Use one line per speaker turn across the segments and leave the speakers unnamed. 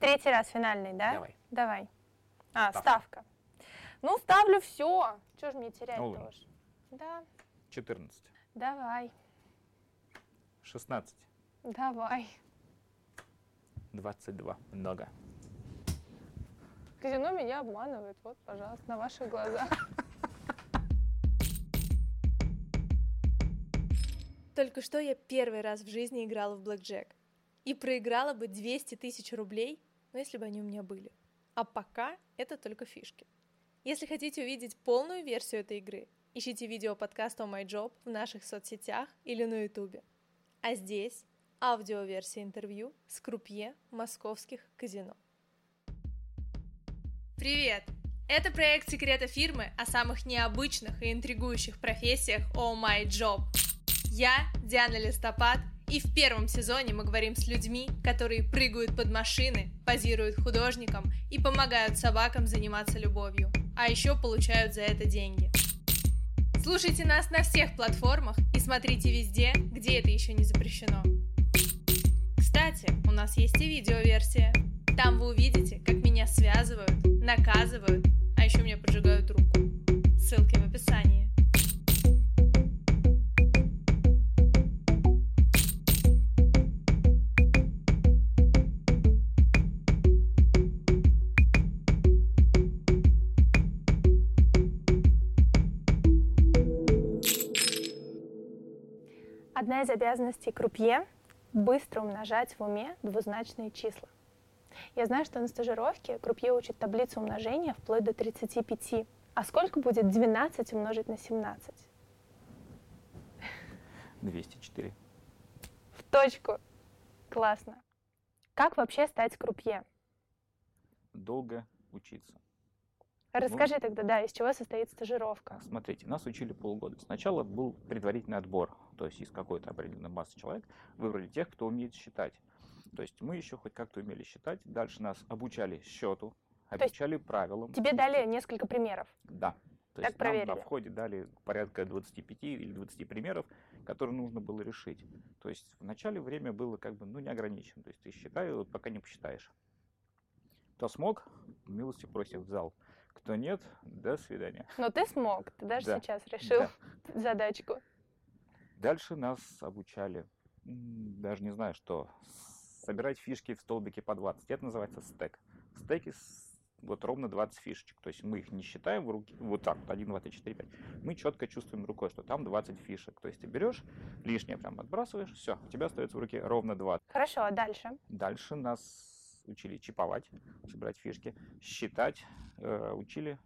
Третий раз финальный, да?
Давай.
Давай. А,
Ставка.
ставка. Ну, ставлю все. Чего ж мне терять
Ну,
тоже? Да,
14,
давай,
16,
давай.
22. Много.
Казино меня обманывает. Вот, пожалуйста, на ваших глазах.
Только что я первый раз в жизни играла в блэкджек. И проиграла бы 200 тысяч рублей, ну если бы они у меня были. А пока это только фишки. Если хотите увидеть полную версию этой игры, ищите видео подкаста «Oh My Job» в наших соцсетях или на ютубе. А здесь аудиоверсия интервью с крупье московских казино. Привет! Это проект секрета фирмы о самых необычных и интригующих профессиях «Oh My Job». Я Диана Листопад, и в первом сезоне мы говорим с людьми, которые прыгают под машины, позируют художникам и помогают собакам заниматься любовью, а еще получают за это деньги. Слушайте нас на всех платформах и смотрите везде, где это еще не запрещено. Кстати, у нас есть и видеоверсия. Там вы увидите, как меня связывают, наказывают, а еще мне поджигают руку. Ссылки в описании.
Одна из обязанностей крупье – быстро умножать в уме двузначные числа. Я знаю, что на стажировке крупье учат таблицу умножения вплоть до 35. А сколько будет 12 умножить на 17?
204.
В точку. Классно. Как вообще стать крупье?
Долго учиться.
Расскажи тогда, да, из чего состоит стажировка?
Так, Смотрите, нас учили полгода. Сначала был предварительный отбор, то есть из какой-то определенной массы человек выбрали тех, кто умеет считать. То есть мы еще хоть как-то умели считать. Дальше нас обучали счету,
есть
обучали правилам.
Тебе дали несколько примеров.
Да. То
Так
есть нам на
проверили.
входе дали порядка 25 или 20 примеров, которые нужно было решить. То есть в начале время было как бы ну, неограничено. То есть ты считай, вот пока не посчитаешь. Кто смог, милости просит в зал. Кто нет, до свидания.
Но ты смог, ты даже
Да,
сейчас решил
Да.
задачку.
Дальше нас обучали, м, даже не знаю что, собирать фишки в столбике по 20. Это называется стек. В стеке с- вот ровно 20 фишечек. То есть мы их не считаем в руки, вот так, вот, 1, 2, 3, 4, 5. Мы четко чувствуем рукой, что там 20 фишек. То есть ты берешь, лишнее прям отбрасываешь, все, у тебя остается в руке ровно 20.
Хорошо, а дальше?
Дальше нас учили чиповать, собирать фишки, считать, э, учили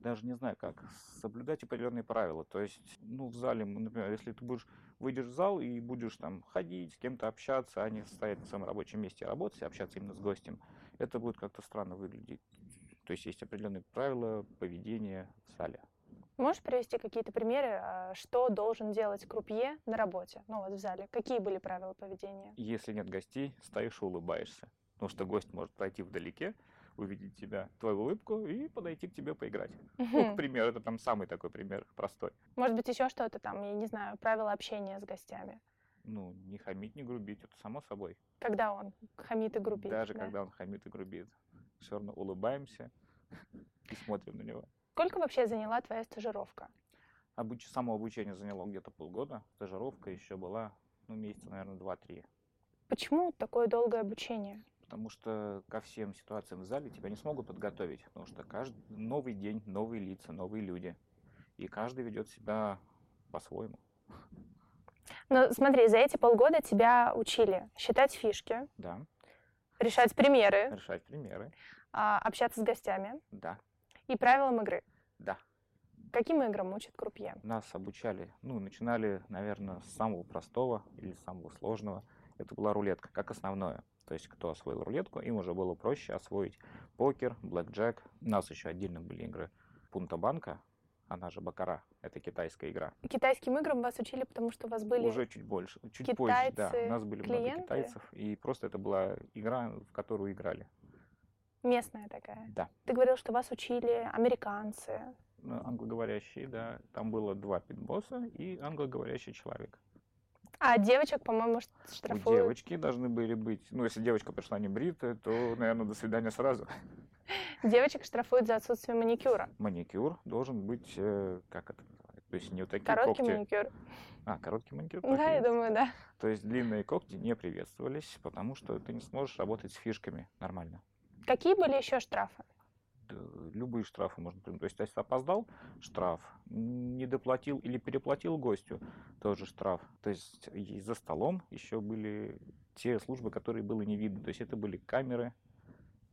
даже не знаю как, соблюдать определенные правила. То есть, ну, в зале, м, например, если ты будешь, выйдешь в зал и будешь там ходить, с кем-то общаться, а не стоять на своем рабочем месте и работать, и общаться именно с гостем, это будет как-то странно выглядеть. То есть есть определенные правила поведения в зале.
Можешь привести какие-то примеры, а, что должен делать крупье на работе, ну вот в зале? Какие были правила поведения?
Если нет гостей, стоишь и улыбаешься. Потому что гость может пройти вдалеке, увидеть тебя, твою улыбку и подойти к тебе поиграть. Ну, к
Мгм.
примеру, это прям самый такой пример простой.
Может быть, еще что-то там, я не знаю, правила общения с гостями.
Ну, не хамить, не грубить, это само собой.
Когда он хамит и грубит.
Даже
да?
когда он хамит и грубит. Все равно улыбаемся и смотрим на него.
Сколько вообще заняла твоя стажировка?
Обуч... Само обучение заняло где-то полгода. Стажировка еще была, ну, месяца, наверное, два-три.
Почему такое долгое обучение?
Потому что ко всем ситуациям в зале тебя не смогут подготовить. Потому что каждый новый день, новые лица, новые люди. И каждый ведет себя по-своему.
Ну, смотри, за эти полгода тебя учили считать фишки,
Да,
решать примеры,
решать примеры.
а, общаться с гостями
Да,
и правилам игры.
да.
Каким играм учат крупье?
Нас обучали, ну, начинали, наверное, с самого простого или самого сложного. Это была рулетка, как основное. То есть, кто освоил рулетку, им уже было проще освоить покер, блэкджек. У нас еще отдельно были игры Пунта Банка, она же Бакара, это китайская игра.
Китайским играм вас учили, потому что у вас были...
Уже чуть больше, чуть позже, да. У нас были
китайцы-клиенты?
много китайцев, и просто это была игра, в которую играли.
Местная такая.
Да.
Ты говорил, что вас учили американцы.
Ну, Англоговорящие, да, там было два питбосса и англоговорящий человек.
А девочек, по-моему, ш-
У
штрафуют.
девочки должны были быть, ну, если девочка пришла не бритая, то, наверное, до свидания сразу.
Девочек штрафуют за отсутствие маникюра.
Маникюр должен быть, э, как это называется? То есть не вот такие
Короткий
когти.
маникюр.
А, короткий маникюр. так
Да,
и
я
есть.
думаю, да.
То есть длинные когти не приветствовались, потому что ты не сможешь работать с фишками нормально.
Какие были еще штрафы?
Д- Любые штрафы можно придумать. То есть, если опоздал, штраф. М, Не доплатил или переплатил гостю, тоже штраф. То есть, и за столом еще были те службы, которые было не видно. То есть, это были камеры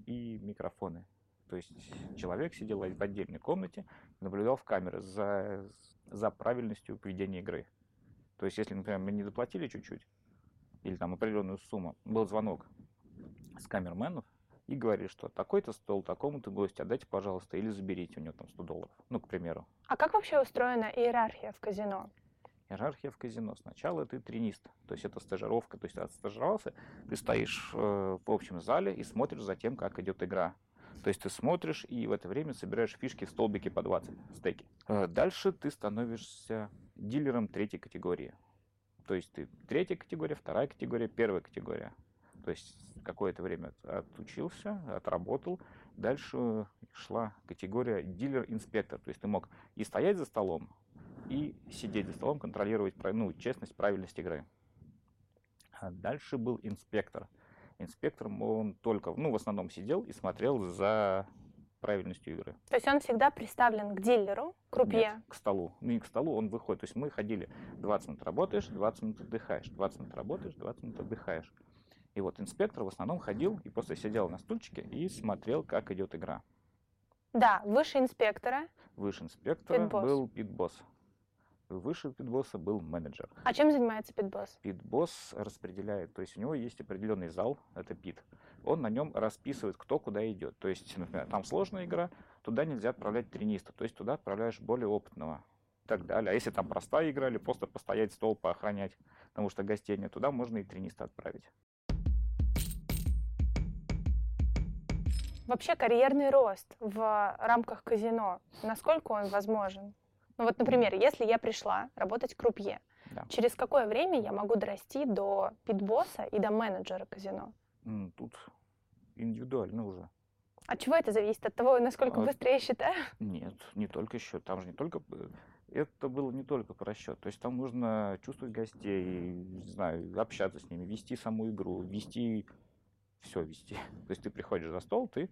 и микрофоны. То есть, человек сидел в отдельной комнате, наблюдал в камеры за, за правильностью поведения игры. То есть, если, например, мы не доплатили чуть-чуть, или там определенную сумму, был звонок с камерменов, и говорит, что такой-то стол, такому-то гостю отдайте, пожалуйста, или заберите у него там 100 долларов. Ну, к примеру.
А как вообще устроена иерархия в казино?
Иерархия в казино. Сначала ты тренист, то есть это стажировка, то есть ты отстажировался, ты стоишь э, в общем зале и смотришь за тем, как идет игра. То есть ты смотришь и в это время собираешь фишки в столбике по 20, стеки. Э, Дальше ты становишься дилером третьей категории. То есть ты третья категория, вторая категория, первая категория. То есть какое-то время от- отучился, отработал. Дальше шла категория дилер-инспектор. То есть ты мог и стоять за столом, и сидеть за столом, контролировать пра- ну, честность, правильность игры. А дальше был инспектор. Инспектором он только, ну, в основном сидел и смотрел за правильностью игры.
То есть он всегда представлен к дилеру, крупье.
Нет, к столу. Ну, не к столу, он выходит. То есть мы ходили 20 минут работаешь, 20 минут отдыхаешь, 20 минут работаешь, 20 минут отдыхаешь. И вот инспектор в основном ходил и просто сидел на стульчике и смотрел, как идет игра.
Да, выше инспектора.
Выше инспектора
Питбосс.
был питбосс. Выше питбосса был менеджер.
А чем занимается питбосс?
Питбосс распределяет, то есть у него есть определенный зал, это пит. Он на нем расписывает, кто куда идет. То есть, например, там сложная игра, туда нельзя отправлять тениста, то есть туда отправляешь более опытного и так далее. А если там простая игра или просто постоять стол, поохранять, потому что гостей нет, туда можно и тениста отправить.
Вообще карьерный рост в рамках казино, насколько он возможен? Ну вот, например, если я пришла работать крупье,
Да.
через какое время я могу дорасти до питбосса и до менеджера казино?
М, Тут индивидуально уже.
От чего это зависит? От того, насколько
От-
быстро я считаю?
Нет, не только счет. Там же не только... э, Это было не только про счет. То есть там нужно чувствовать гостей, не знаю, общаться с ними, вести саму игру, вести... Все вести. То есть ты приходишь за стол, ты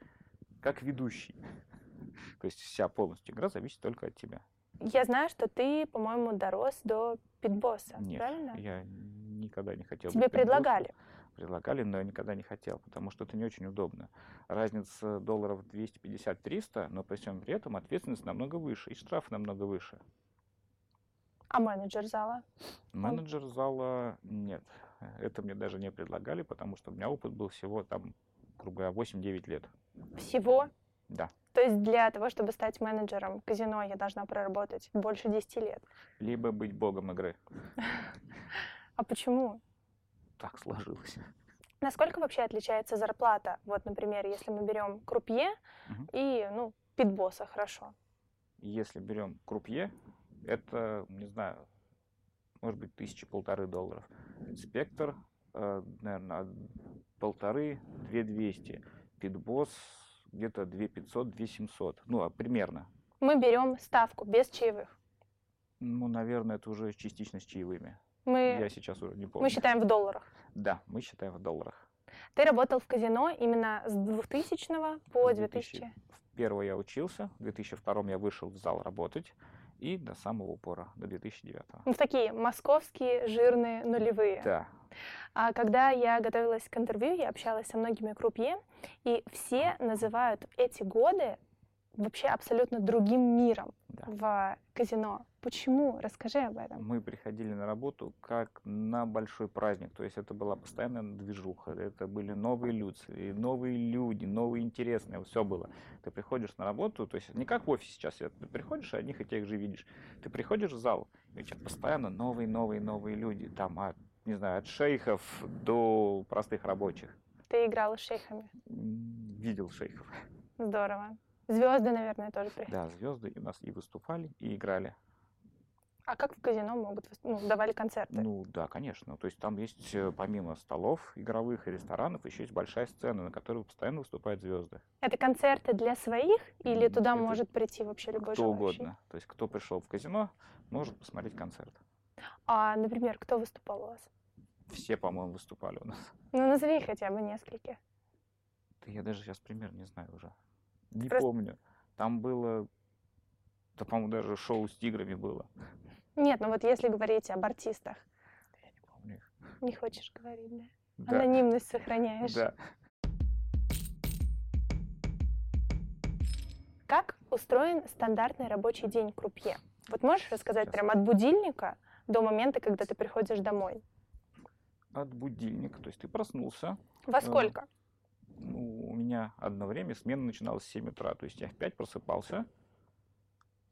как ведущий. То есть вся полностью игра зависит только от тебя.
Я знаю, что ты, по-моему, дорос до питбосса,
Нет,
правильно?
я никогда не хотел
Тебе
быть пентбоссом.
предлагали.
Предлагали, но я никогда не хотел, потому что это не очень удобно. Разница долларов 250-300, но при всем при этом ответственность намного выше и штраф намного выше.
А менеджер зала?
Менеджер зала нет. Это мне даже не предлагали, потому что у меня опыт был всего там, грубо говоря, 8-9 лет.
Всего?
Да.
То есть для того, чтобы стать менеджером казино, я должна проработать больше 10 лет.
Либо быть богом игры.
А почему?
Так сложилось.
Насколько вообще отличается зарплата? Вот, например, если мы берем крупье
Мгм.
и, ну, питбосса, хорошо.
Если берем крупье, это, не знаю, может быть, тысячи полторы долларов. Спектр, наверное, полторы, две двести. Питбосс где-то две пятьсот, две семьсот. Ну, а примерно.
Мы берем ставку без чаевых.
Ну, наверное, это уже частично с чаевыми. Я
Мы,
сейчас уже не помню.
Э, мы считаем в долларах.
Да, мы считаем в долларах.
Ты работал в казино именно с 2000 по
с 2000.
2000.
В первый я учился, в 2002 я вышел в зал работать и до самого упора, до 2009.
Ну, в такие московские жирные нулевые.
Да,
А когда я готовилась к интервью, я общалась со многими крупье, и все называют эти годы вообще абсолютно другим миром
да.
в казино. Почему? Расскажи об этом.
Мы приходили на работу как на большой праздник, то есть это была постоянная движуха, это были новые люди, новые люди, новые интересные, все было. Ты приходишь на работу, то есть не как в офисе сейчас, э, ты приходишь, и одних и тех же видишь. Ты приходишь в зал, и у тебя постоянно новые, новые, новые люди, там от, не знаю, от шейхов до простых рабочих.
Ты играла с шейхами.
М, Видел шейхов.
Здорово. Звезды, наверное, тоже приходили.
Да, звезды и у нас и выступали, и играли.
А как в казино могут, выс- ну, давали концерты?
Ну да, конечно. То есть там есть э, помимо столов игровых и ресторанов еще есть большая сцена, на которой постоянно выступают звезды.
Это концерты для своих или
М,
туда
Ну, это
может прийти вообще любой
кто
желающий?
угодно. То есть кто пришел в казино, может посмотреть концерт.
А, например, кто выступал у вас?
Все, по-моему, выступали у нас.
Ну, назови хотя бы нескольких.
Да я даже сейчас пример не знаю уже. Не
Просто-
помню. Там было, да, по-моему, даже шоу с тиграми было.
Нет, ну вот если говорить об артистах,
Я не помню их.
не хочешь говорить, да?
Да,
Анонимность сохраняешь.
да.
Как устроен стандартный рабочий день крупье? Вот можешь рассказать
Щас.
прям от будильника до момента, когда ты приходишь домой?
От будильника. То есть ты проснулся.
Во
Э,
сколько?
Ну, у меня одно время смена начиналась в 7 утра. То есть я в 5 просыпался,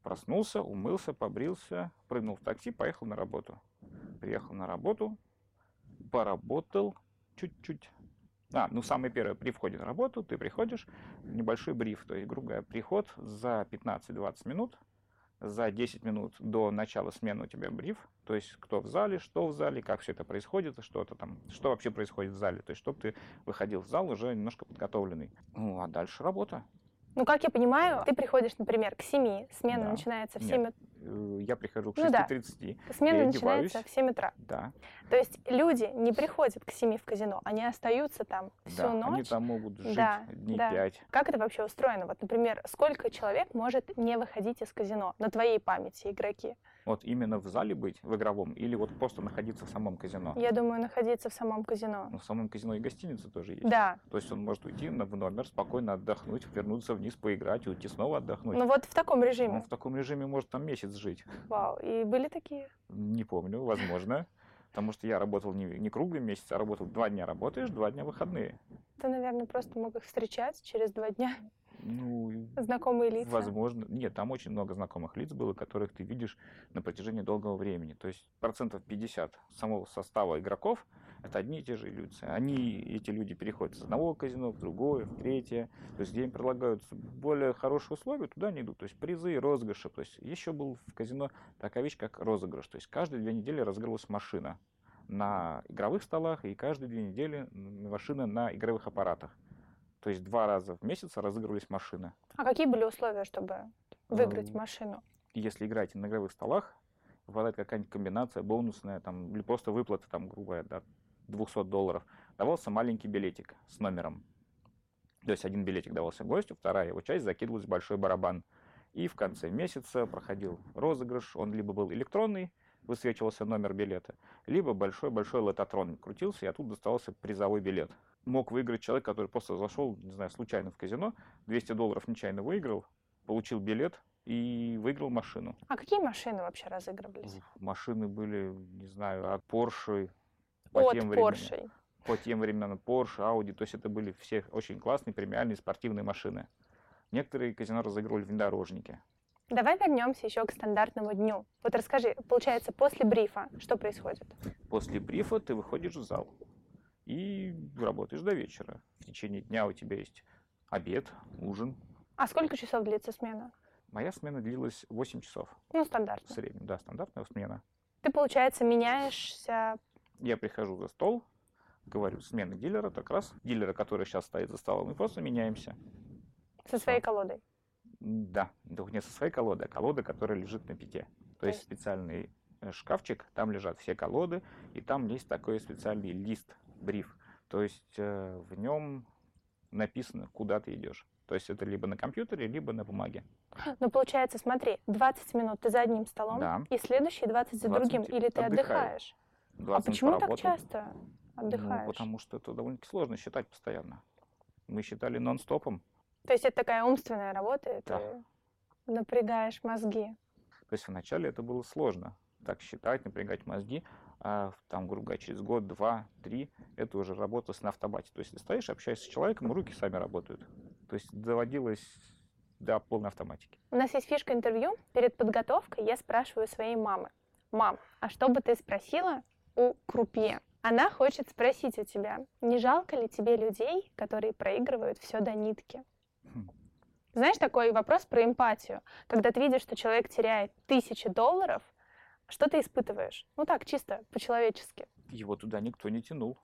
проснулся, умылся, побрился, прыгнул в такси, поехал на работу. Приехал на работу, поработал чуть-чуть. А, ну самое первое, при входе на работу ты приходишь, небольшой бриф, то есть, грубо говоря, приход за 15-20 минут, за 10 минут до начала смены у тебя бриф, то есть кто в зале, что в зале, как все это происходит, что-то там, что вообще происходит в зале, то есть чтобы ты выходил в зал уже немножко подготовленный. Ну, а дальше работа.
Ну, как я понимаю, ты приходишь, например, к 7, смена
Да.
начинается в
Нет.
7,
Э, Я прихожу к
Ну да.
6.30,
смена
я
начинается
одеваюсь.
в 7 утра.
да,
То есть люди не приходят к 7 в казино, они остаются там всю
да,
ночь.
они там могут жить
Да,
дней
да.
5.
Как это вообще устроено? Вот, например, сколько человек может не выходить из казино на твоей памяти игроки?
Вот именно в зале быть, в игровом, или вот просто находиться в самом казино.
Я думаю, находиться в самом казино.
Ну, в самом казино и гостиница тоже есть.
Да.
То есть он может уйти на- в номер, спокойно отдохнуть, вернуться вниз, поиграть, уйти снова отдохнуть.
Ну вот в таком
он
режиме.
в таком режиме может там месяц жить.
Вау. И были такие.
Не помню, возможно. Потому что я работал не, не круглый месяц, а работал два дня работаешь, два дня выходные.
Ты, наверное, просто мог их встречать через два дня.
Ну, и
Знакомые лица.
Возможно. Нет, там очень много знакомых лиц было, которых ты видишь на протяжении долгого времени. То есть процентов 50 самого состава игроков это одни и те же люди. Они, эти люди переходят с одного казино в другое, в третье. То есть где им предлагаются более хорошие условия, туда они идут. То есть призы и розыгрыши. То есть еще был в казино такая вещь, как розыгрыш. То есть каждые две недели разыгрывалась машина на игровых столах и каждые две недели м, машина на игровых аппаратах. То есть два раза в месяц разыгрывались машины.
А какие были условия, чтобы выиграть
Эм,
машину?
если играете на игровых столах, выпадает какая-нибудь комбинация бонусная, там, или просто выплата, там, грубая, до 200 долларов, давался маленький билетик с номером. То есть один билетик давался гостю, вторая его часть закидывалась в большой барабан. И в конце месяца проходил розыгрыш, он либо был электронный, высвечивался номер билета, либо большой-большой лототрон крутился, и оттуда доставался призовой билет. Мог выиграть человек, который просто зашел, не знаю, случайно в казино, 200 долларов нечаянно выиграл, получил билет и выиграл машину.
А какие машины вообще разыгрывались?
Уф, Машины были, не знаю, от Porsche.
От
временам-
Поршей.
По тем временам Porsche, Audi. То есть это были все очень классные премиальные спортивные машины. Некоторые казино разыгрывали внедорожники.
Давай вернемся еще к стандартному дню. Вот расскажи, получается, после брифа что происходит?
После брифа ты выходишь в зал и работаешь до вечера. В течение дня у тебя есть обед, ужин.
А сколько часов длится смена?
Моя смена длилась 8 часов
Ну,
в
стандартно.
среднем, да, стандартная смена.
Ты, получается, меняешься.
Я прихожу за стол, говорю, смена дилера, так раз, дилера, который сейчас стоит за столом, и просто меняемся.
Со своей колодой.
Да, только не со своей колоды, а колода, которая лежит на пике.
То
То есть
есть-
специальный э, шкафчик, там лежат все колоды, и там есть такой специальный лист, бриф. То есть э, в нем написано, куда ты идешь. То есть это либо на компьютере, либо на бумаге.
Ну, получается, смотри, 20 минут ты за одним столом,
Да.
и следующие 20 за
20
другим. Или ты
отдыхаю.
отдыхаешь.
20
а
минут
почему так
поработал.
часто
Ну,
отдыхаешь?
потому что это довольно-таки сложно считать постоянно. Мы считали нон-стопом.
То есть это такая умственная работа, и
Да.
ты напрягаешь мозги.
То есть вначале это было сложно так считать, напрягать мозги, а в- там, грубо говоря, через год, два, три, это уже работа с на автобате. То есть ты стоишь, общаешься с человеком, руки сами работают. То есть доводилось до полной автоматики.
У нас есть фишка интервью. Перед подготовкой я спрашиваю своей мамы. Мам, а что бы ты спросила у крупье? Она хочет спросить у тебя, не жалко ли тебе людей, которые проигрывают все до нитки?
Хм.
Знаешь, такой вопрос про эмпатию. Когда ты видишь, что человек теряет тысячи долларов, Что ты испытываешь? Ну так, чисто, по-человечески.
Его туда никто не тянул.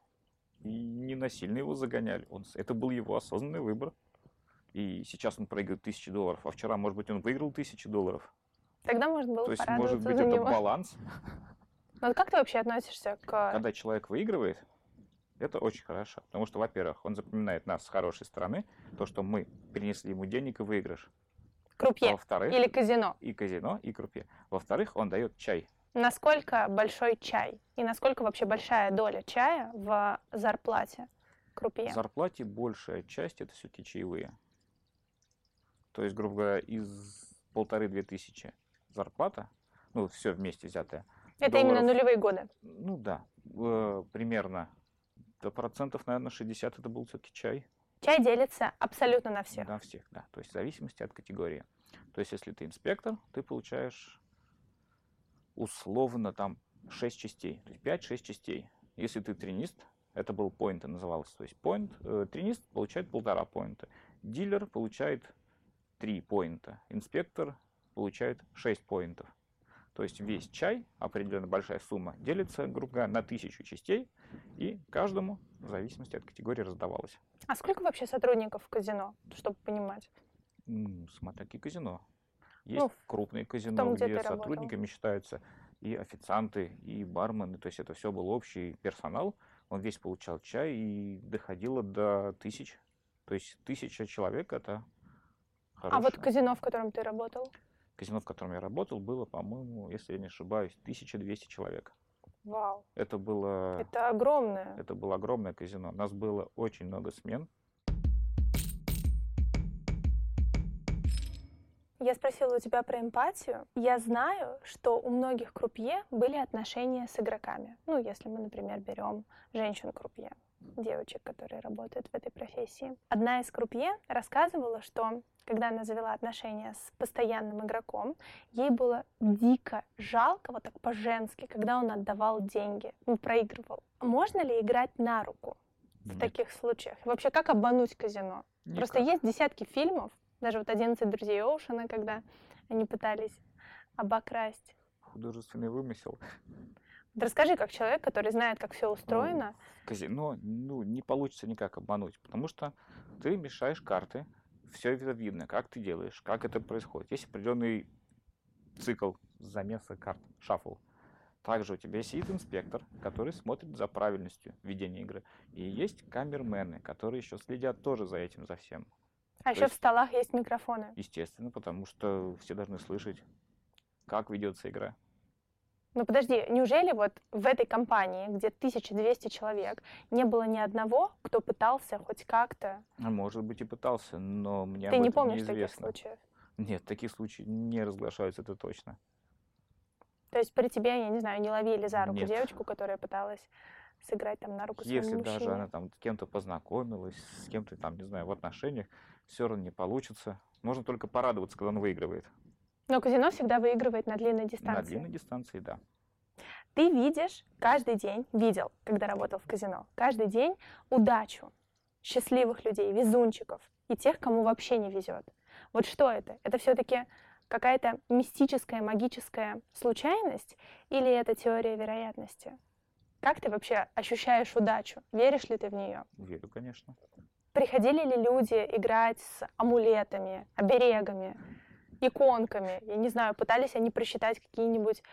И не насильно его загоняли. Он, с- это был его осознанный выбор. И сейчас он проигрывает тысячи долларов, а вчера, может быть, он выиграл тысячи долларов.
Тогда можно было
То есть,
порадоваться
может быть,
за
это
него.
баланс.
Ну вот как ты вообще относишься к...
Когда человек выигрывает, это очень хорошо. Потому что, во-первых, он запоминает нас с хорошей стороны, то, что мы принесли ему денег и выигрыш. А
крупье
во-вторых,
или казино?
и казино, и крупе. Во-вторых, он дает чай.
Насколько большой чай? И насколько вообще большая доля чая в зарплате крупье?
В зарплате большая часть это все-таки чаевые. То есть, грубо говоря, из полторы-две тысячи зарплата, ну, все вместе взятое,
Это именно
долларов.
нулевые годы.
ну да, э, примерно до процентов, наверное, 60 это был все-таки чай.
Чай делится абсолютно на всех.
На всех, да. То есть в зависимости от категории. То есть если ты инспектор, ты получаешь условно там 6 частей. То есть 5-6 частей. Если ты тринист, это был поинт, называлось. То есть поинт, э, тринист получает полтора поинта. Дилер получает 3 поинта. Инспектор получает 6 поинтов. То есть весь чай, определенно большая сумма, делится, грубо говоря, на тысячу частей, и каждому, в зависимости от категории, раздавалось.
А сколько вообще сотрудников в казино, чтобы понимать?
М, Смотря какие казино. Есть
Ну, в
крупные казино,
том, где
где,
ты работал.
сотрудниками считаются и официанты, и бармены. То есть это все был общий персонал. Он весь получал чай и доходило до тысяч. То есть тысяча человек это хорошо.
А вот казино, в котором ты работал?
Казино, в котором я работал, было, по-моему, если я не ошибаюсь, 1200 человек.
Вау,
Это было...
это огромное.
Это было огромное казино. Нас было очень много смен.
Я спросила у тебя про эмпатию. Я знаю, что у многих крупье были отношения с игроками. Ну, если мы, например, берем женщин-крупье, девочек, которые работают в этой профессии. Одна из крупье рассказывала, что когда она завела отношения с постоянным игроком, ей было дико жалко, вот так по-женски, когда он отдавал деньги, ну, проигрывал. Можно ли играть на руку в
Нет,
таких случаях? И вообще, как обмануть казино? Просто
никак.
есть десятки фильмов, даже вот 11 друзей Оушена, когда они пытались обокрасть.
Художественный вымысел.
Вот расскажи, как человек, который знает, как все устроено,
казино ну, не получится никак обмануть, потому что ты мешаешь карты, все это видно, как ты делаешь, как это происходит. Есть определенный цикл замеса карт, шаффл. Также у тебя сидит инспектор, который смотрит за правильностью ведения игры. И есть камермены, которые еще следят тоже за этим, за всем.
а
то
еще в
есть-
столах есть микрофоны.
Естественно, потому что все должны слышать, как ведется игра.
Ну подожди, неужели вот в этой компании, где 1200 человек, не было ни одного, кто пытался хоть как-то?
А Может быть и пытался, но мне
Ты
об
не
этом
помнишь таких
неизвестно.
случаев?
Нет, таких случаев не разглашаются, это точно.
То есть при тебе, я не знаю, не ловили за руку
Нет.
девочку, которая пыталась сыграть там на руку своему
Если даже
мужчине?
она там с кем-то познакомилась, с кем-то там, не знаю, в отношениях, все равно не получится. Можно только порадоваться, когда он выигрывает.
Но казино всегда выигрывает на длинной
На
дистанции.
длинной дистанции, да.
Ты видишь каждый день, видел, когда работал в казино, каждый день удачу счастливых людей, везунчиков и тех, кому вообще не везет. Вот что это? Это все-таки какая-то мистическая, магическая случайность или это теория вероятности? Как ты вообще ощущаешь удачу? Веришь ли ты в нее?
Верю, конечно.
Приходили ли люди играть с амулетами, оберегами, иконками? Я не знаю, пытались они просчитать какие-нибудь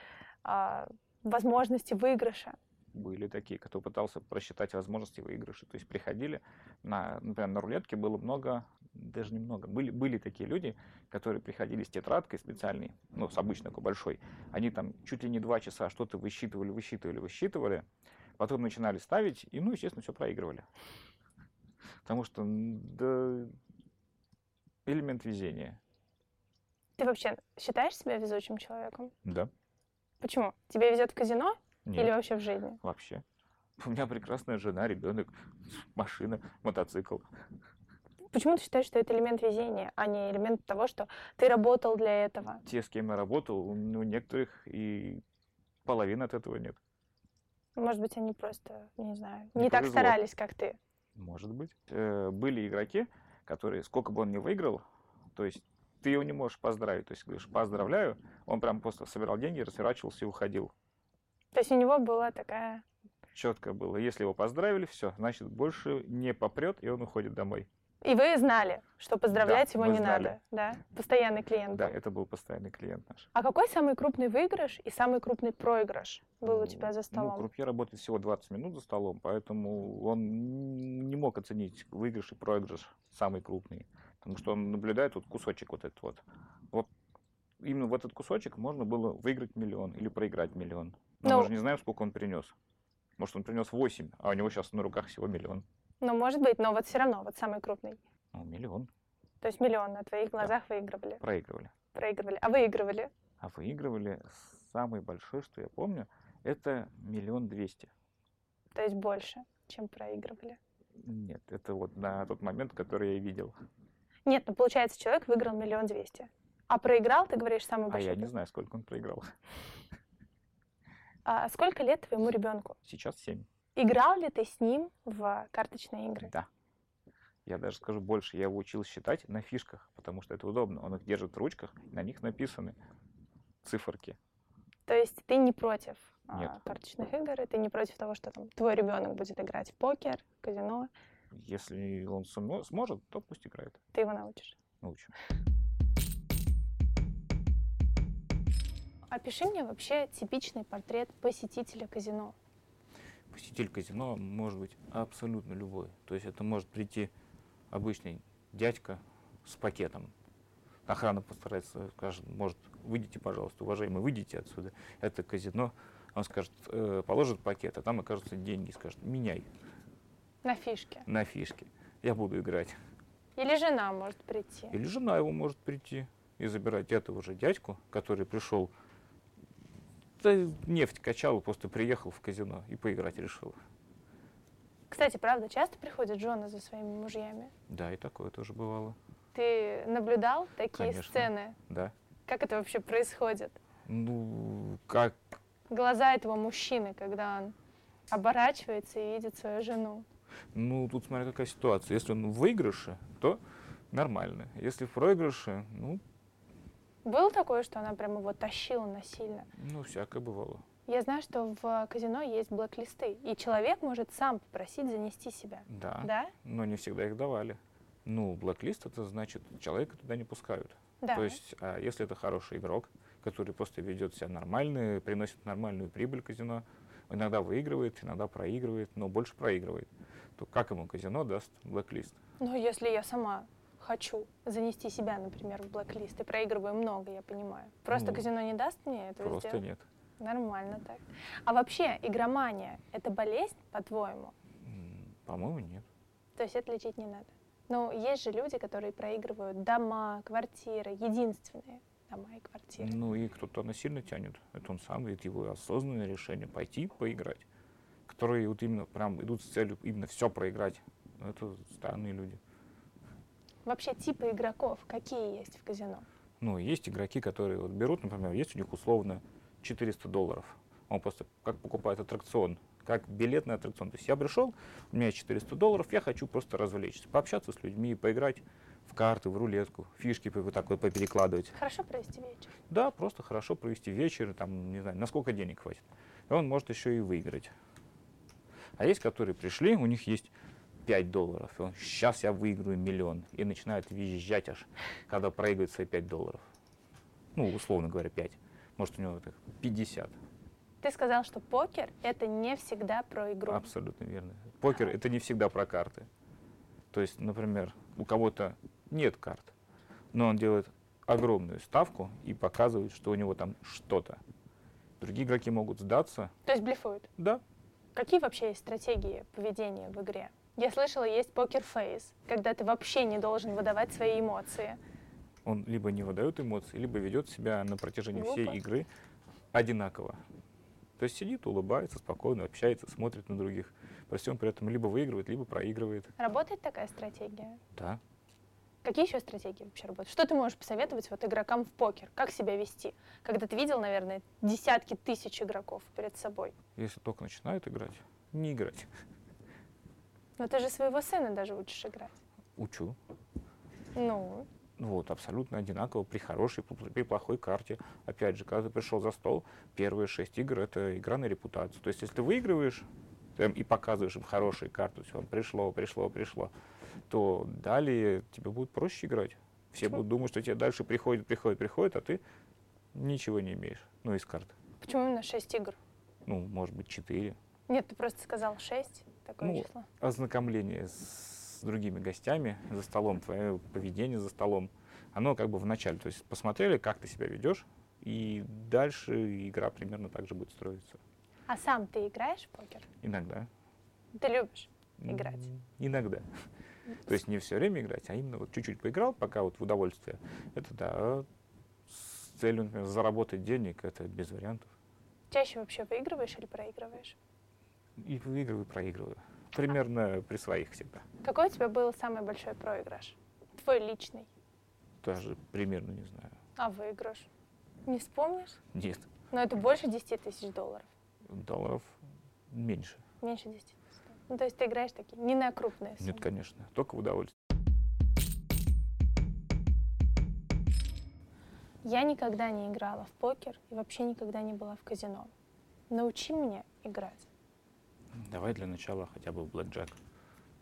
а, возможности выигрыша?
Были такие, кто пытался просчитать возможности выигрыша. То есть приходили, на, например, на рулетке было много, даже немного, были, были такие люди, которые приходили с тетрадкой специальной, ну, с обычной такой большой. Они там чуть ли не два часа что-то высчитывали, высчитывали, высчитывали. Потом начинали ставить, и, ну, естественно, все проигрывали. Потому что м, да, элемент везения.
Ты вообще считаешь себя везучим человеком?
Да.
Почему? Тебе везет в казино
Нет,
или вообще в жизни?
вообще. У меня прекрасная жена, ребенок, машина, мотоцикл.
Почему ты считаешь, что это элемент везения, а не элемент того, что ты работал для этого?
те, с кем я работал, у ну, некоторых и половины от этого нет.
Может быть, они просто, не знаю, не,
Не
так
повезло.
старались, как ты.
Может быть. Э, были игроки, которые, сколько бы он ни выиграл, то есть ты его не можешь поздравить. То есть говоришь, поздравляю, он прям просто собирал деньги, разворачивался и уходил.
То есть у него была такая...
Четко было. Если его поздравили, все, значит, больше не попрет, и он уходит домой.
И вы знали, что поздравлять
Да,
его
мы
не
знали.
надо, да? Постоянный клиент.
Да, это был постоянный клиент наш.
А какой самый крупный выигрыш и самый крупный проигрыш был у тебя за
Ну,
столом?
крупье работает всего 20 минут за столом, поэтому он не мог оценить выигрыш и проигрыш самый крупный. Потому что он наблюдает вот кусочек вот этот вот. Вот именно в этот кусочек можно было выиграть миллион или проиграть миллион. Но
Ну-
мы же не знаем, сколько он принес. Может, он принес 8, а у него сейчас на руках всего миллион.
Ну, может быть, но вот все равно, вот самый крупный.
Ну, миллион
То есть миллион на твоих глазах выигрывали,
проигрывали.
проигрывали, а выигрывали.
А выигрывали самый большой, что я помню, это миллион двести.
То есть больше, чем проигрывали.
Нет, это вот на тот момент, который я и видел.
Нет, ну получается, человек выиграл миллион двести. А проиграл, ты говоришь, самый
А
большой.
я не
проигрыш.
знаю, сколько он проиграл.
А сколько лет твоему ребенку?
Сейчас 7.
Играл ли ты с ним в карточные игры?
Да. Я даже скажу больше, я его учил считать на фишках, потому что это удобно. Он их держит в ручках, и на них написаны циферки.
То есть ты не против а,
Нет.
карточных игр, и ты не против того, что там твой ребенок будет играть в покер, казино,
Если он сумо- сможет, то пусть играет.
ты его научишь.
Научу.
Опиши мне вообще типичный портрет посетителя казино.
Посетитель казино может быть абсолютно любой. То есть это может прийти обычный дядька с пакетом. Охрана постарается, скажет, может, выйдите, пожалуйста, уважаемый, выйдите отсюда. Это казино. Он скажет, «Э, положит пакет, а там окажутся деньги, скажет, меняй.
На фишке.
на фишки. Я буду играть.
Или жена может прийти.
Или жена его может прийти и забирать этого же дядьку, который пришел, да нефть качал, просто приехал в казино и поиграть решил.
Кстати, правда, часто приходят жены за своими мужьями?
Да, и такое тоже бывало.
Ты наблюдал такие
Конечно.
сцены?
Да.
Как это вообще происходит?
Ну, как
Глаза этого мужчины, когда он оборачивается и видит свою жену.
Ну, тут смотря какая ситуация. Если он в выигрыше, то нормально. Если в проигрыше, ну,
Было такое, что она прямо его тащила насильно?
ну всякое бывало.
Я знаю, что в казино есть блэк-листы, и человек может сам попросить занести себя.
Да.
Да?
Но не всегда их давали. Ну, блэк-лист это значит, человека туда не пускают.
Да.
То есть, а если это хороший игрок, который просто ведет себя нормально, приносит нормальную прибыль казино, иногда выигрывает, иногда проигрывает, но больше проигрывает, то как ему казино даст блэк-лист?
Но если я сама хочу занести себя, например, в блэк-лист и проигрываю много, я понимаю. Просто
Ну,
казино не даст мне этого
Просто
сделать?
нет.
Нормально так. А вообще, игромания — это болезнь, по-твоему?
М, По-моему, нет.
То есть это лечить не надо? Ну, есть же люди, которые проигрывают дома, квартиры, единственные дома и квартиры.
Ну и кто-то насильно тянет. Это он сам, это его осознанное решение пойти поиграть, которые вот именно прям идут с целью именно все проиграть. Ну, Это странные люди.
Вообще, типы игроков какие есть в казино?
Ну, есть игроки, которые вот берут, например, есть у них условно 400 долларов. Он просто как покупает аттракцион, как билет на аттракцион. То есть я пришел, у меня есть 400 долларов, я хочу просто развлечься, пообщаться с людьми, поиграть в карты, в рулетку, фишки по- вот так вот поперекладывать.
Хорошо провести вечер.
Да, просто хорошо провести вечер, там, не знаю, на сколько денег хватит. И он может еще и выиграть. А есть, которые пришли, у них есть 5 долларов, и он, сейчас я выиграю миллион. И начинает визжать аж, когда проигрывает свои 5 долларов. Ну, условно говоря, 5. Может, у него так 50.
Ты сказал, что покер — это не всегда про игру.
Абсолютно верно. Покер это не всегда про карты. То есть, например, у кого-то нет карт, но он делает огромную ставку и показывает, что у него там что-то. Другие игроки могут сдаться.
То есть блефуют.
Да,
Какие вообще есть стратегии поведения в игре? Я слышала, есть покер-фейс, когда ты вообще не должен выдавать свои эмоции.
он либо не выдает эмоций, либо ведет себя на протяжении
Глупо.
всей игры одинаково. То есть сидит, улыбается, спокойно общается, смотрит на других. При всем при этом либо выигрывает, либо проигрывает.
Работает такая стратегия?
Да.
Какие еще стратегии вообще работают? Что ты можешь посоветовать вот игрокам в покер? Как себя вести? Когда ты видел, наверное, десятки тысяч игроков перед собой.
Если только начинает играть, не играть.
Но ты же своего сына даже учишь играть.
Учу.
Ну,
Вот, абсолютно одинаково при хорошей, пл- при плохой карте. Опять же, когда ты пришел за стол, первые шесть игр — это игра на репутацию. То есть, если ты выигрываешь прям и показываешь им хорошие карты, все, пришло, пришло, пришло, то далее тебе будет проще играть. Все будут думать, что тебе дальше приходит, приходит, приходит, а ты ничего не имеешь. Ну, из карт.
Почему именно 6 игр?
Ну, может быть, четыре.
Нет, ты просто сказал 6, такое
Ну,
число.
ознакомление с другими гостями за столом, твое поведение за столом, оно как бы в начале. То есть посмотрели, как ты себя ведешь, и дальше игра примерно так же будет строиться.
А сам ты играешь в покер?
Иногда.
Ты любишь? Играть.
М, Иногда. То есть не все время играть, а именно вот чуть-чуть поиграл, пока вот в удовольствие. Это да. а С целью, например, заработать денег, это без вариантов.
Чаще вообще выигрываешь или проигрываешь?
И выигрываю, проигрываю. Примерно при своих всегда.
Какой у тебя был самый большой проигрыш? Твой личный.
Даже примерно не знаю.
А выигрыш? Не вспомнишь?
Нет.
Но это больше 10 тысяч долларов.
Долларов меньше.
Меньше 10 тысяч. долларов. Ну, то есть ты играешь такие не на крупные суммы.
Нет, конечно, только в удовольствие.
Я никогда не играла в покер и вообще никогда не была в казино. Научи меня играть.
Давай для начала хотя бы в блэкджек.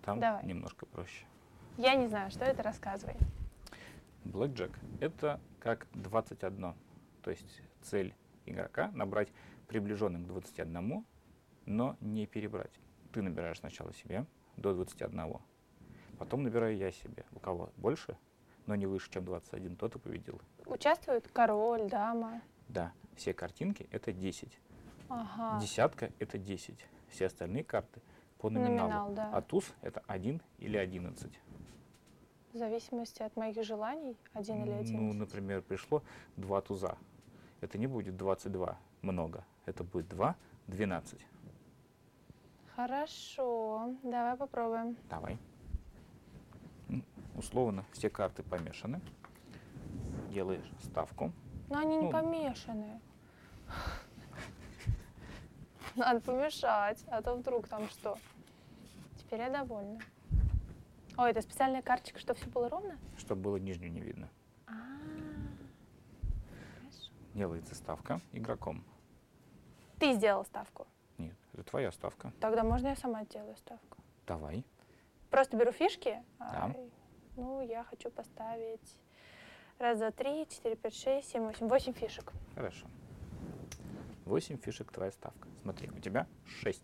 Там
Давай.
немножко проще.
Я не знаю, что это рассказывай.
Блэкджек — это как 21. То есть цель игрока — набрать приближенным к 21, но не перебрать. Ты набираешь сначала себе до 21, потом набираю я себе. У кого больше, но не выше, чем 21, тот и победил.
Участвует король, дама.
Да, все картинки — это 10.
Ага.
Десятка — это 10. Все остальные карты — по номиналу.
Номинал, да.
А туз — это 1 или 11.
В зависимости от моих желаний, один или один.
Ну, например, пришло два туза. Это не будет 22 много. Это будет 2, 12.
Хорошо, давай попробуем.
Давай. М, Условно, все карты помешаны. Делаешь ставку.
Но они не
Ну.
помешаны. Надо помешать, а то вдруг там что. Теперь я довольна. Ой, это специальная карточка, чтобы все было ровно?
чтобы было нижнюю не видно.
А, хорошо.
Делается ставка игроком.
Ты сделал ставку.
Нет, это твоя ставка.
Тогда можно я сама делаю ставку?
Давай.
Просто беру фишки. а,
Да.
и- ну, я хочу поставить раз, два, три, четыре, пять, шесть, семь, восемь. Восемь фишек.
Хорошо. 8 фишек твоя ставка. Смотри, у тебя 6.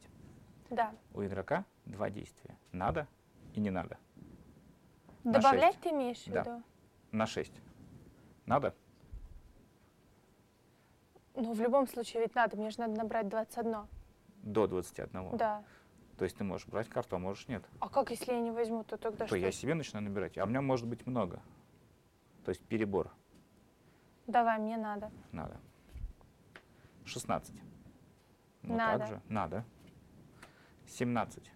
Да.
У игрока два действия. Надо и не надо. На
Добавлять
шесть.
ты имеешь в
Да.
виду?
На 6. Надо?
Ну, в любом случае ведь надо, мне же надо набрать 21.
До 21.
Да.
То есть ты можешь брать карту, а можешь нет.
А как, если я не возьму, то тогда
то
что?
я себе начинаю набирать, а у меня может быть много. То есть перебор
Давай, мне надо.
надо. 16. Ну
Надо.
так же. Надо. 17.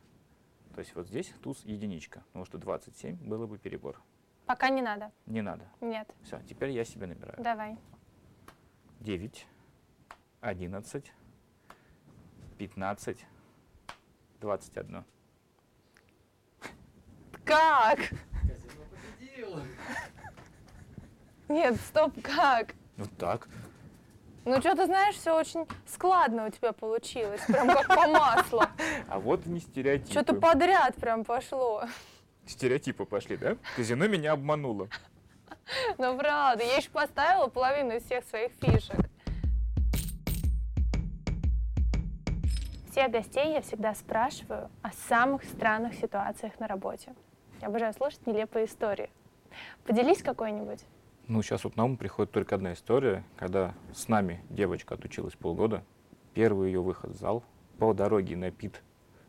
То есть вот здесь туз единичка, потому что 27 было бы перебор.
Пока не надо.
Не надо.
Нет.
Все, теперь я себе набираю.
Давай.
9, 11, 15, 21.
Как?
Казино победил.
Нет, стоп, как?
Вот так.
Ну, что ты знаешь, все очень складно у тебя получилось. Прям как по маслу.
А вот и не стереотипы.
Что-то подряд прям пошло.
Стереотипы пошли, да? Казино меня обмануло.
Ну, правда, я еще поставила половину из всех своих фишек. Всех гостей я всегда спрашиваю о самых странных ситуациях на работе. Я обожаю слушать нелепые истории. Поделись какой-нибудь.
Ну, сейчас вот на ум приходит только одна история, когда с нами девочка отучилась полгода. Первый ее выход в зал. По дороге на пит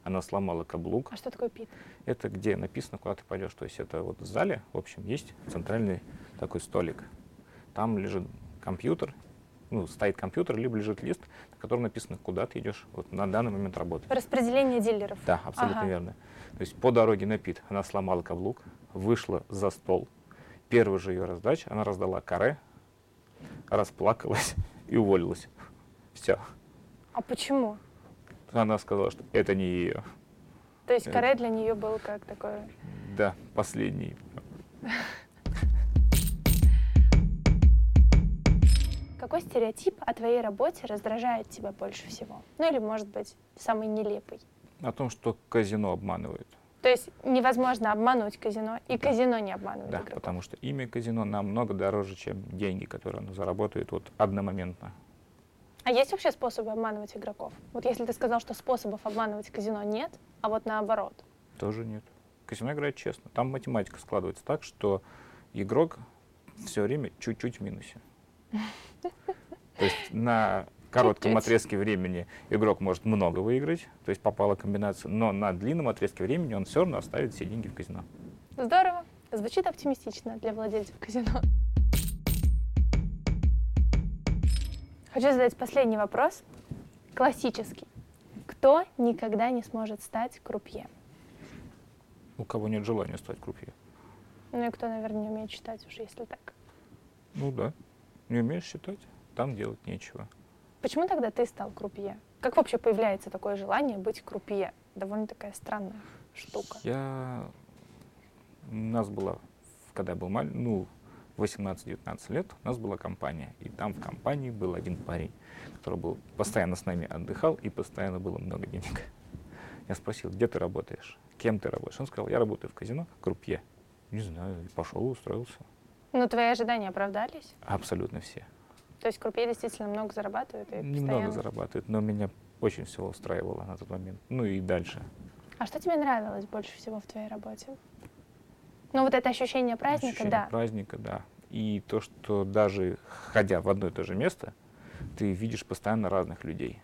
она сломала каблук.
А что такое пит?
Это где написано, куда ты пойдешь. То есть это вот в зале, в общем, есть центральный такой столик. Там лежит компьютер, ну, стоит компьютер, либо лежит лист, на котором написано, куда ты идешь вот на данный момент работать.
Распределение дилеров.
Да, абсолютно
Ага.
верно. То есть по дороге на пит она сломала каблук, вышла за стол. Первая же ее раздача, она раздала каре, расплакалась и уволилась. Все.
А почему?
Она сказала, что это не ее.
То есть
Э.
каре для нее был как такое...
Да, последний.
Какой стереотип о твоей работе раздражает тебя больше всего? Ну или, может быть, самый нелепый?
О том, что казино обманывает.
То есть невозможно обмануть казино, и казино не обманывает
Да,
игроков.
потому что имя казино намного дороже, чем деньги, которые оно заработает вот одномоментно.
А есть вообще способы обманывать игроков? Вот если ты сказал, что способов обманывать казино нет, а вот наоборот.
Тоже нет. Казино играет честно. Там математика складывается так, что игрок все время чуть-чуть в минусе. То есть на коротком
Чуть-чуть.
отрезке времени игрок может много выиграть, то есть попала комбинация, но на длинном отрезке времени он все равно оставит все деньги в казино.
Здорово. Звучит оптимистично для владельцев казино. Хочу задать последний вопрос. Классический. Кто никогда не сможет стать крупье?
У кого нет желания стать крупье.
Ну и кто, наверное, не умеет читать уже, если так.
Ну да. Не умеешь считать, там делать нечего.
Почему тогда ты стал крупье? Как вообще появляется такое желание быть крупье? Довольно такая странная штука.
Я... У нас была, когда я был мал... ну, 18-19 лет, у нас была компания. И там в компании был один парень, который был постоянно с нами отдыхал, и постоянно было много денег. Я спросил, где ты работаешь? Кем ты работаешь? Он сказал, я работаю в казино, крупье. Не знаю, и пошел, устроился.
Но твои ожидания оправдались?
Абсолютно все.
То есть крупье действительно много зарабатывает? И
Немного
Э, постоянно-
зарабатывает, но меня очень всего устраивало на тот момент. Ну и дальше.
А что тебе нравилось больше всего в твоей работе? Ну вот это ощущение праздника,
Ощущение
да.
праздника, да. И то, что даже ходя в одно и то же место, ты видишь постоянно разных людей.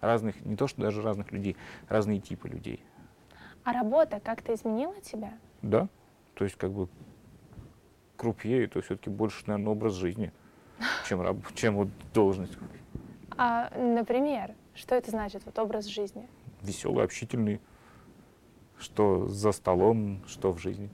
Разных, не то, что даже разных людей, разные типы людей.
А работа как-то изменила тебя?
Да, то есть как бы крупье, это все-таки больше, наверное, образ жизни, чем, раб- чем вот должность.
А, например, что это значит, вот образ жизни?
Веселый, общительный, что за столом, что в жизни.